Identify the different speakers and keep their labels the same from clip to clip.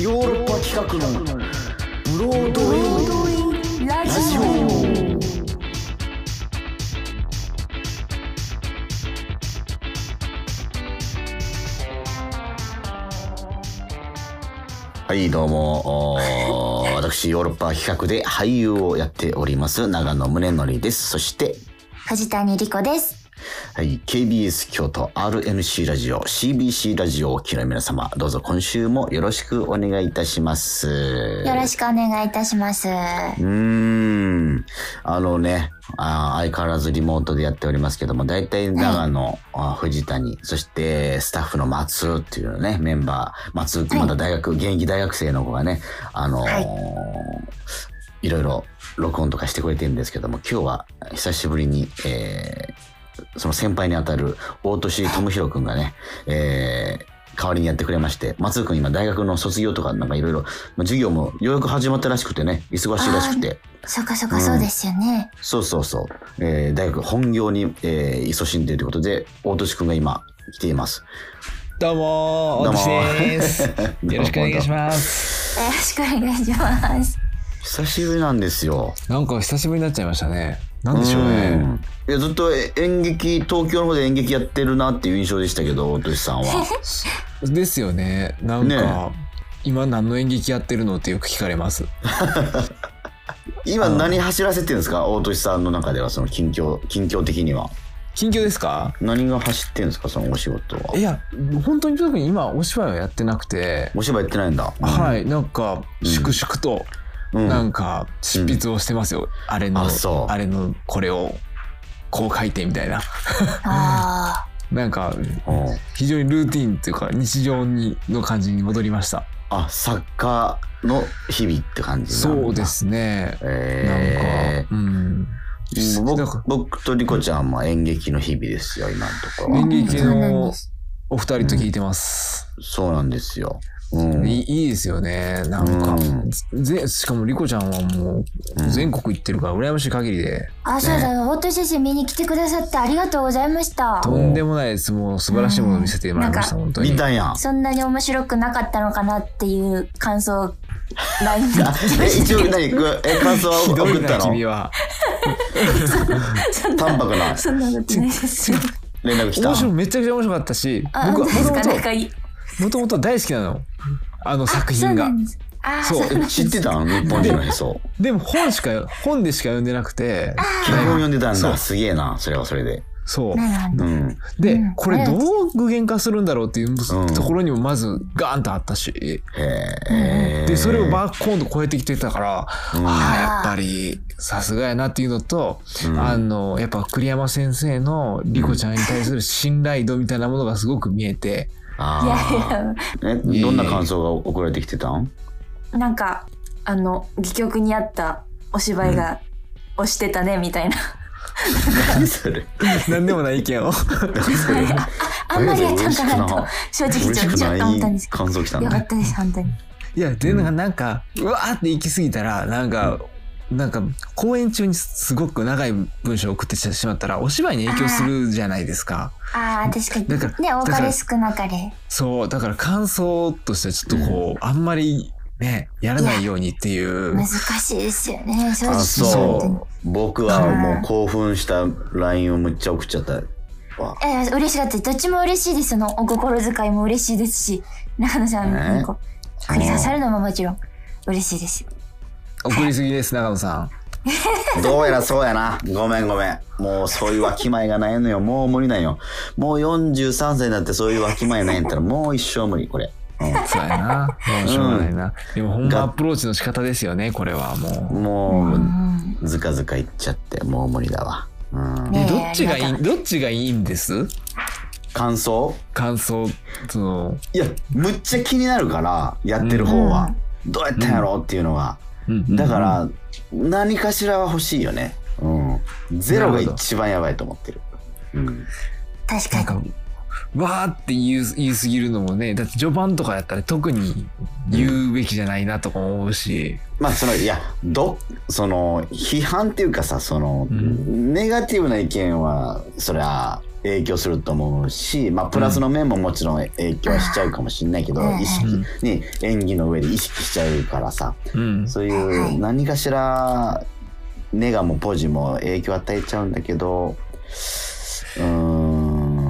Speaker 1: ヨーロッパ企画のブロードウェイ
Speaker 2: ラ
Speaker 1: ラジオはいどうもお ー私ヨーロッパ企画で俳優をやっております長野宗則ですそして
Speaker 2: 藤谷莉子です。
Speaker 1: はい、KBS 京都 RNC ラジオ CBC ラジオをお聞きの皆様どうぞ今週もよろしくお願いいたします
Speaker 2: よろしくお願いいたします。
Speaker 1: うーんあのねあー相変わらずリモートでやっておりますけども大体長野、あー藤谷そしてスタッフの松尾っていうねメンバー松尾
Speaker 2: はい
Speaker 1: まだ大学、現役大学生の子がねあのー、
Speaker 2: はい
Speaker 1: ろいろ録音とかしてくれてるんですけども今日は久しぶりに、えーその先輩にあたる大年智弘くんがね、えー代わりにやってくれまして、松尾くん今大学の卒業とかなんかいろいろ、まあ授業もようやく始まったらしくてね、忙しいらしくて。
Speaker 2: そっかそっ
Speaker 1: う
Speaker 2: か
Speaker 1: ん
Speaker 2: そうですよね。
Speaker 1: そうそうそう。えー大学本業に、えー、勤しんでいるということで、大年くんが今来ています。
Speaker 3: どうも
Speaker 1: どう
Speaker 3: ー、
Speaker 1: も
Speaker 3: おし です。よろしくお願いし
Speaker 1: す。
Speaker 3: ます。
Speaker 2: よろしくお願いします。
Speaker 1: 久しぶりなんですよ。
Speaker 3: なんか久しぶりになっちゃいましたね。なんでしょう
Speaker 1: う
Speaker 3: ね。
Speaker 1: ん。いや、ずっと演劇、東京の方で演劇やってるなっていう印象でしたけど、大年さんは。
Speaker 3: ですよね。なんか、
Speaker 1: ね
Speaker 3: 今何の演劇やってるのってよく聞かれます。
Speaker 1: 今何走らせてるんですか大年さんの中では、その近況、近況的には。
Speaker 3: 近況ですか。
Speaker 1: 何が走ってるんですか、そのお仕事はい
Speaker 3: や、本当に特に今お芝居はやってなくて、
Speaker 1: お芝居やってないんだ。。
Speaker 3: はいい、なんか、
Speaker 1: うん
Speaker 3: 粛々と、
Speaker 1: うん。
Speaker 3: なんか、執筆をしてますよ。あれの、
Speaker 1: あそう
Speaker 3: あれの、これを、こう書いてみたいな。
Speaker 2: あ
Speaker 3: なんか、
Speaker 1: うん
Speaker 3: 非常にルーティンというか、日常に、の感じに戻りました。
Speaker 1: あ、作家の日々って感じなんだ
Speaker 3: そうで。すね。なん
Speaker 1: え
Speaker 3: か、うん。
Speaker 1: ー、
Speaker 3: な
Speaker 1: 僕
Speaker 3: んか
Speaker 1: 僕とリコちゃんは演劇の日々ですよ、今のところ
Speaker 3: 演
Speaker 1: は。
Speaker 3: 劇
Speaker 2: そうなん
Speaker 3: の
Speaker 2: です
Speaker 3: お二人と聞いてます。
Speaker 1: そうなんですよ。うん。
Speaker 3: いいいいですよね。なんか、
Speaker 1: うん
Speaker 3: ぜしかもリコちゃんは
Speaker 1: う
Speaker 3: も
Speaker 1: ん
Speaker 3: う全国行ってるから羨ましい限りで、
Speaker 2: あ、そうだ、ホット写真見に来てくださってありがとうございました。
Speaker 3: とんでもないです。もう素晴らしいものを見せてもらいました、
Speaker 2: う
Speaker 3: 本当に
Speaker 1: 見。たやん。
Speaker 2: そんなに面白くなかったのかなっていう感想、LINE で来てま
Speaker 1: え、
Speaker 2: した
Speaker 1: 一応
Speaker 2: けど
Speaker 1: 何くえ、感想は
Speaker 3: ひど
Speaker 1: 送
Speaker 3: い
Speaker 1: った
Speaker 3: な、君
Speaker 1: の
Speaker 3: は。
Speaker 2: そんな
Speaker 1: 淡白な
Speaker 2: そんなことないですよ。
Speaker 1: 連絡来た
Speaker 3: 面白い、めちゃくちゃ面白かったし、
Speaker 2: あ、
Speaker 3: 僕
Speaker 2: 本
Speaker 3: は
Speaker 2: 当ですかなん
Speaker 3: も
Speaker 2: かいい。
Speaker 3: ともと大好きなの。あの作
Speaker 2: そう
Speaker 3: 品
Speaker 2: な
Speaker 3: が
Speaker 2: ん。です。あ、
Speaker 3: そう
Speaker 2: そうなん
Speaker 1: え
Speaker 2: です
Speaker 1: 知ってたの日本人のへそ。
Speaker 3: でも本しか、本でしか読んでなくて、
Speaker 1: 基本読んでたん
Speaker 3: そ
Speaker 1: だ。
Speaker 3: う
Speaker 1: すげえな、それはそれで。
Speaker 3: そう。
Speaker 2: なるほど
Speaker 1: うん。
Speaker 3: で
Speaker 2: うん、
Speaker 3: これどう具現化するんだろうっていうんところにもまずガーンとあったし、
Speaker 1: へえ。
Speaker 3: で、それをバックコーンと超えてきてたから、
Speaker 1: うん
Speaker 3: ああ、やっぱりさすがやなっていうのと、
Speaker 1: うん
Speaker 3: あの、やっぱ栗山先生のリコちゃんに対する信頼度みたいなものがすごく見え て、
Speaker 2: いや
Speaker 1: あ
Speaker 2: いや。
Speaker 1: あ。え、どんな感想が送られてきてた ん
Speaker 2: なんかあの戯曲にあったお芝居が押してたねみたいな、
Speaker 1: 何それ。
Speaker 3: なんでもない意見を。
Speaker 1: 何それ。
Speaker 2: あんまりやったんかな
Speaker 1: 嬉しく
Speaker 2: と
Speaker 1: な
Speaker 2: 正直
Speaker 1: 嬉
Speaker 2: ち
Speaker 1: し
Speaker 2: ょ
Speaker 1: く
Speaker 2: ちょっと思ったん
Speaker 1: な
Speaker 2: で
Speaker 1: い
Speaker 2: すけ
Speaker 1: 感想来た
Speaker 2: どよか
Speaker 1: ね
Speaker 2: っ。たです本当に
Speaker 3: いや、で、なんか、なんか、うわーって行き過ぎたら、なんか、なんか、公演中にすごく長い文章を送ってしまったら、お芝居に影響するじゃないですか。
Speaker 2: ああ確
Speaker 3: だ
Speaker 2: か
Speaker 3: か
Speaker 2: に
Speaker 3: ら
Speaker 2: ね多
Speaker 3: だ
Speaker 2: か
Speaker 3: か
Speaker 2: れ
Speaker 3: ら
Speaker 2: 少なかれ
Speaker 3: そう、だから感想としてはちょっとこう、あんまりね、やらないようにっていう。
Speaker 2: 難しいですよね正
Speaker 1: あ、
Speaker 2: 直
Speaker 3: そう
Speaker 2: 本
Speaker 1: そう。僕はもう興奮した LINE をむっちゃ送っちゃったわ。
Speaker 2: 当にえー嬉しかったですどっちも嬉しいですそのお心遣いも嬉しいですし中野さん
Speaker 1: ね
Speaker 2: なんか繰り刺さるのももちろん嬉しいですよ
Speaker 3: 送りすぎです、長野さん。
Speaker 1: どうやらそうやな。ごめんごめん。もうそういうわきまえがないのよ。もう無理なんよ。もう43歳になってそういうわきまえないんやったらもう一生無理、これ。
Speaker 3: そうやな。もうしょうがないな。でもほんまアプローチの仕方ですよね、これはも
Speaker 1: も
Speaker 2: う
Speaker 1: う、
Speaker 2: ん
Speaker 1: ずかずかいっちゃって、もう無理だわ。うん
Speaker 3: う。
Speaker 2: ね
Speaker 3: で
Speaker 2: え
Speaker 3: どっちがい
Speaker 2: ありが
Speaker 3: い、どっちがいいんです
Speaker 1: 感想
Speaker 3: 感想、その、
Speaker 1: いや、むっちゃ気になるから、やってる方は。どうやったんやろうっていうのが。
Speaker 3: うん
Speaker 1: だか、ら、何かしらは欲しいよね。うん。ゼロが一番やばいと思ってる。うん。
Speaker 2: 確
Speaker 3: なん
Speaker 2: かに
Speaker 3: か、わーって言う、言いすぎるのもね、だって序盤とかやったら特に言うべきじゃないなとか思うし、
Speaker 1: まあそのいやどその批判っていうかさその、
Speaker 3: うん
Speaker 1: ネガティブな意見はそりゃ影響すると思うし、まあ、プラスの面ももちろん影響はしちゃうかもしれないけど、
Speaker 2: うん
Speaker 1: 意識に演技の上で意識しちゃうからさ
Speaker 3: うん
Speaker 1: そうい
Speaker 2: は
Speaker 1: う
Speaker 2: い
Speaker 1: 何かしらネガもポジも影響を与えちゃうんだけどうーん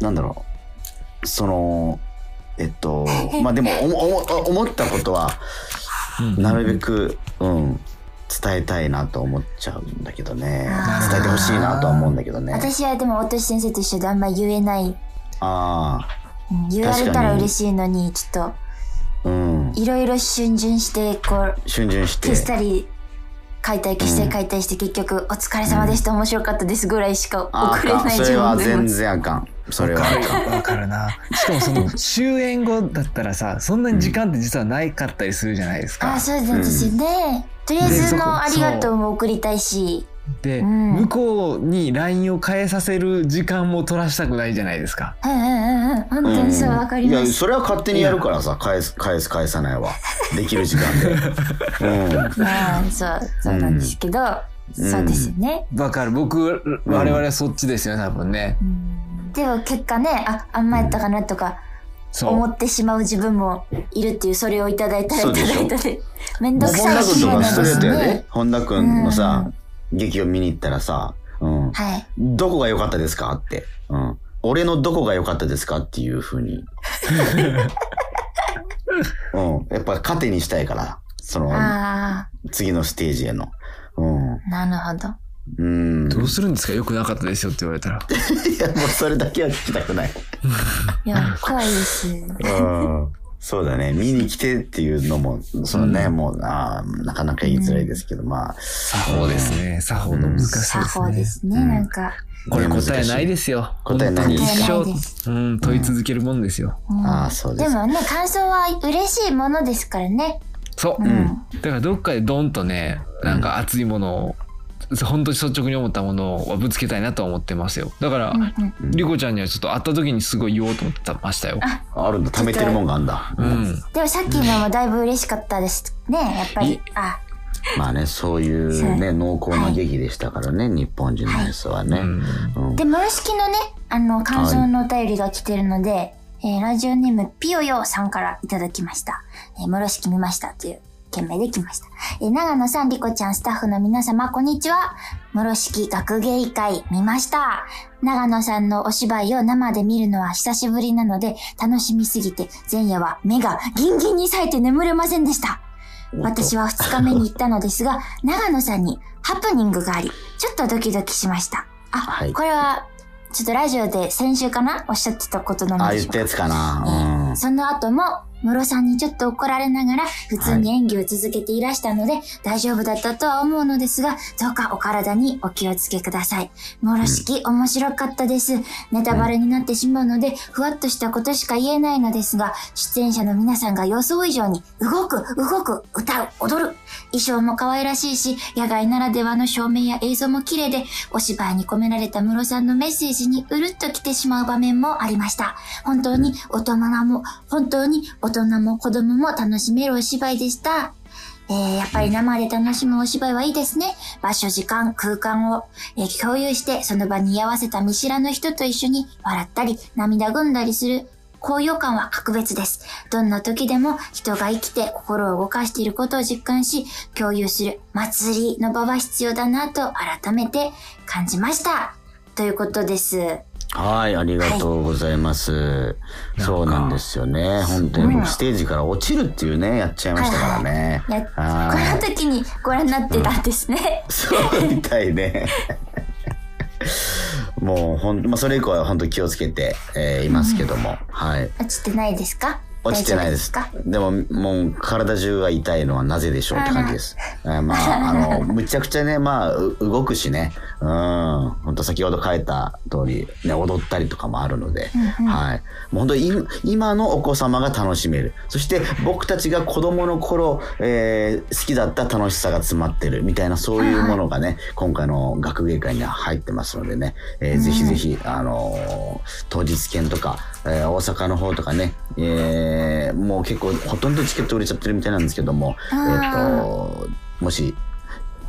Speaker 1: なんだろうそのえっ とまあでもおもおも思ったことは
Speaker 3: うん
Speaker 1: なるべく、うん、伝えたいなと思っちゃうんだけどね
Speaker 2: あー
Speaker 1: 伝えてほしいなとは思うんだけどね
Speaker 4: 私はでも私先生と一緒であんま言えない、
Speaker 1: あ
Speaker 4: うん言われたら嬉しいのにちょっ
Speaker 1: あうん
Speaker 4: といろいろ逡巡してこう
Speaker 1: 逡巡して
Speaker 4: 消したり解体消し
Speaker 1: うん
Speaker 4: て解体して結局「お疲れ様でした面白かったです」ぐらいしか
Speaker 1: あー
Speaker 4: 送れ
Speaker 1: あかん
Speaker 4: ない
Speaker 1: それ
Speaker 4: 自
Speaker 1: は
Speaker 4: 分で
Speaker 1: 全
Speaker 4: も
Speaker 1: 然あかんそれは
Speaker 3: わかるわかるなしかもその終演後だったらさそんなに時間って実はないかったりするじゃないです
Speaker 4: あ
Speaker 3: か
Speaker 4: ー、そうですよね、とりあえ
Speaker 3: でそ
Speaker 4: ず
Speaker 3: こ
Speaker 4: の「ありがとう」も送りたいし
Speaker 3: で、
Speaker 4: うん
Speaker 3: 向こうに LINE を変えさせる時間も取らしたくないじゃないですか
Speaker 4: うんうんうんうん本当にそうわかり
Speaker 1: い
Speaker 4: ま
Speaker 1: や
Speaker 4: す
Speaker 1: それは勝手にやるからさ返す返す返さないはできる時間 でうん
Speaker 4: まあそうそうなんですけど、
Speaker 1: うん
Speaker 4: そうですよね、
Speaker 3: わかる僕我々はそっちですよね多分ね
Speaker 4: でも結果ねああんまやったかなとか
Speaker 3: そ
Speaker 4: 思
Speaker 3: う
Speaker 4: ってしまう自分もいるっていうそれをいただいたら
Speaker 1: そう
Speaker 4: い
Speaker 1: で
Speaker 4: た
Speaker 1: しょ
Speaker 4: だいたで面倒く
Speaker 1: 本
Speaker 4: さ
Speaker 1: 田
Speaker 4: いし
Speaker 1: 君とかストレートやで
Speaker 4: ね
Speaker 1: 本田君のさ劇を見に行ったらさ、うん、
Speaker 4: はい
Speaker 1: どこが良かったですかって、うん、俺のどこが良かったですかっていうふう に、うん、やっぱ糧にしたいからその
Speaker 4: あ
Speaker 1: 次のステージへのうん
Speaker 4: あなるほど
Speaker 1: うん
Speaker 3: どうするんですかよくなかったですよって言われたら
Speaker 1: いやもうそれだけは聞きたくない、
Speaker 4: いや怖いです
Speaker 1: うん、 そうだね見に来てっていうのもそのね、
Speaker 3: う
Speaker 1: もうあーなかなか言いづらいですけど、まあ
Speaker 3: 作法ですね作法の難しさ
Speaker 4: 作法
Speaker 3: で
Speaker 4: です
Speaker 3: ね
Speaker 4: すね、
Speaker 1: うん
Speaker 4: なんか、
Speaker 3: これ
Speaker 1: ね
Speaker 3: 答えない
Speaker 1: 難し
Speaker 3: ですよ
Speaker 1: 答えない
Speaker 4: で
Speaker 3: 本
Speaker 4: す
Speaker 3: 当
Speaker 4: 答え
Speaker 3: に
Speaker 4: ないで
Speaker 3: 一生うん問い続けるもんですよ
Speaker 4: うん
Speaker 1: ああそうで
Speaker 4: ですもね感想は嬉しいものですからね、
Speaker 3: そううん
Speaker 1: ん
Speaker 3: だからどっかでドンとねなんか熱いものを本当に率直に思ったものをぶつけたいなとは思ってますよだから
Speaker 4: うんうん
Speaker 1: うん
Speaker 3: リコちゃんにはちょっと会った時にすごい言おうと思ってましたよ。
Speaker 1: あるんだ貯めてるもんがあんだ、
Speaker 3: うん、
Speaker 4: でもさっきのもだいぶ嬉しかったですねやっぱり
Speaker 3: い
Speaker 4: あ
Speaker 1: まあねそういうね濃厚な劇でしたからね、日本人のやつはね、
Speaker 3: うん
Speaker 1: うん
Speaker 4: で室式のねあの感想のお便りが来てるので、えーラジオネームピヨヨさんからいただきました「えー、室式見ました」という件名で来ました、えー長野さんリコちゃんスタッフの皆様こんにちは室式学芸会見ました長野さんのお芝居を生で見るのは久しぶりなので楽しみすぎて前夜は目がギンギンに冴えて眠れませんでした私は2日目に行ったので すが、長野さんにハプニングがあり、ちょっとドキドキしました。あ、
Speaker 1: はい
Speaker 4: これは、ちょっとラジオで先週かなおっしゃってたことな
Speaker 1: あ
Speaker 4: の
Speaker 1: あ
Speaker 4: で
Speaker 1: 言
Speaker 4: し
Speaker 1: っ
Speaker 4: ょう
Speaker 1: た
Speaker 4: か。
Speaker 1: やつかな、
Speaker 4: その後も、室さんにちょっと怒られながら、普通に演技を続けていらしたので、大丈夫だったとは思うのですが、どうかお体にお気をつけください。室式、面白かったです。ネタバレになってしまうので、ふわっとしたことしか言えないのですが、出演者の皆さんが予想以上に、動く、動く、歌う、踊る。衣装も可愛らしいし、野外ならではの照明や映像も綺麗で、お芝居に込められた室さんのメッセージにうるっと来てしまう場面もありました。本当に大人も、本当に大人も子供も楽しめるお芝居でした。えー、やっぱり生で楽しむお芝居はいいですね。場所、時間、空間を、えー共有して、その場に居合わせた見知らぬ人と一緒に笑ったり、涙ぐんだりする高揚感は格別です。どんな時でも人が生きて心を動かしていることを実感し、共有する祭りの場は必要だなと改めて感じました。ということです。
Speaker 1: はいありがとうございます、そうなんですよね本当にステージから落ちるっていうねやっちゃいましたからね、
Speaker 4: や
Speaker 1: あ
Speaker 4: この
Speaker 1: ー
Speaker 4: 時にご覧になってたんですね。
Speaker 1: そうみたいねもうほん、まあ、それ以降は本当気をつけて、えーいますけども、はい
Speaker 4: 落ちてないですか
Speaker 1: 落ちてないです
Speaker 4: 大丈夫
Speaker 1: でももう体中が痛いのはなぜでしょうって感じですえーまああのむちゃくちゃねまあう動くしねうん本当先ほど書いた通りね踊ったりとかもあるので、はいもう本当に今今のお子様が楽しめるそして僕たちが子供の頃、えー好きだった楽しさが詰まってるみたいなそういうものがね今回の学芸会には入ってますのでね、えーぜひぜひあのー当日券とか、えー大阪の方とかね、えーもう結構ほとんどチケット売れちゃってるみたいなんですけどもえっ、
Speaker 4: あ
Speaker 1: ともし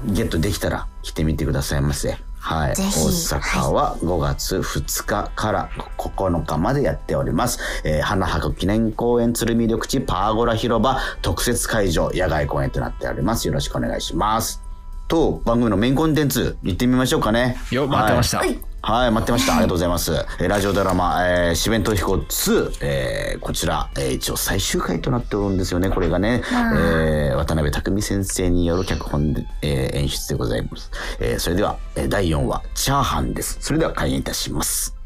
Speaker 1: ゲットできたら来てみてくださいませ。はい、
Speaker 4: ぜひ
Speaker 1: 大阪は5月2日から9日までやっております、えー花博記念公園鶴見緑地パーゴラ広場特設会場野外公演となっておりますよろしくお願いしますと番組のメインコンテンツ行ってみましょうかね
Speaker 3: よ待ってました、
Speaker 4: はい
Speaker 1: はい、待ってました。ありがとうございます。えーラジオドラマ、えー、四弁当飛行2、えーこちら、えー一応最終回となっておるんですよね、これがね。えー渡辺匠先生による脚本で、えー演出でございます。えーそれでは、えー第4話、チャーハンです。それでは開演いたします。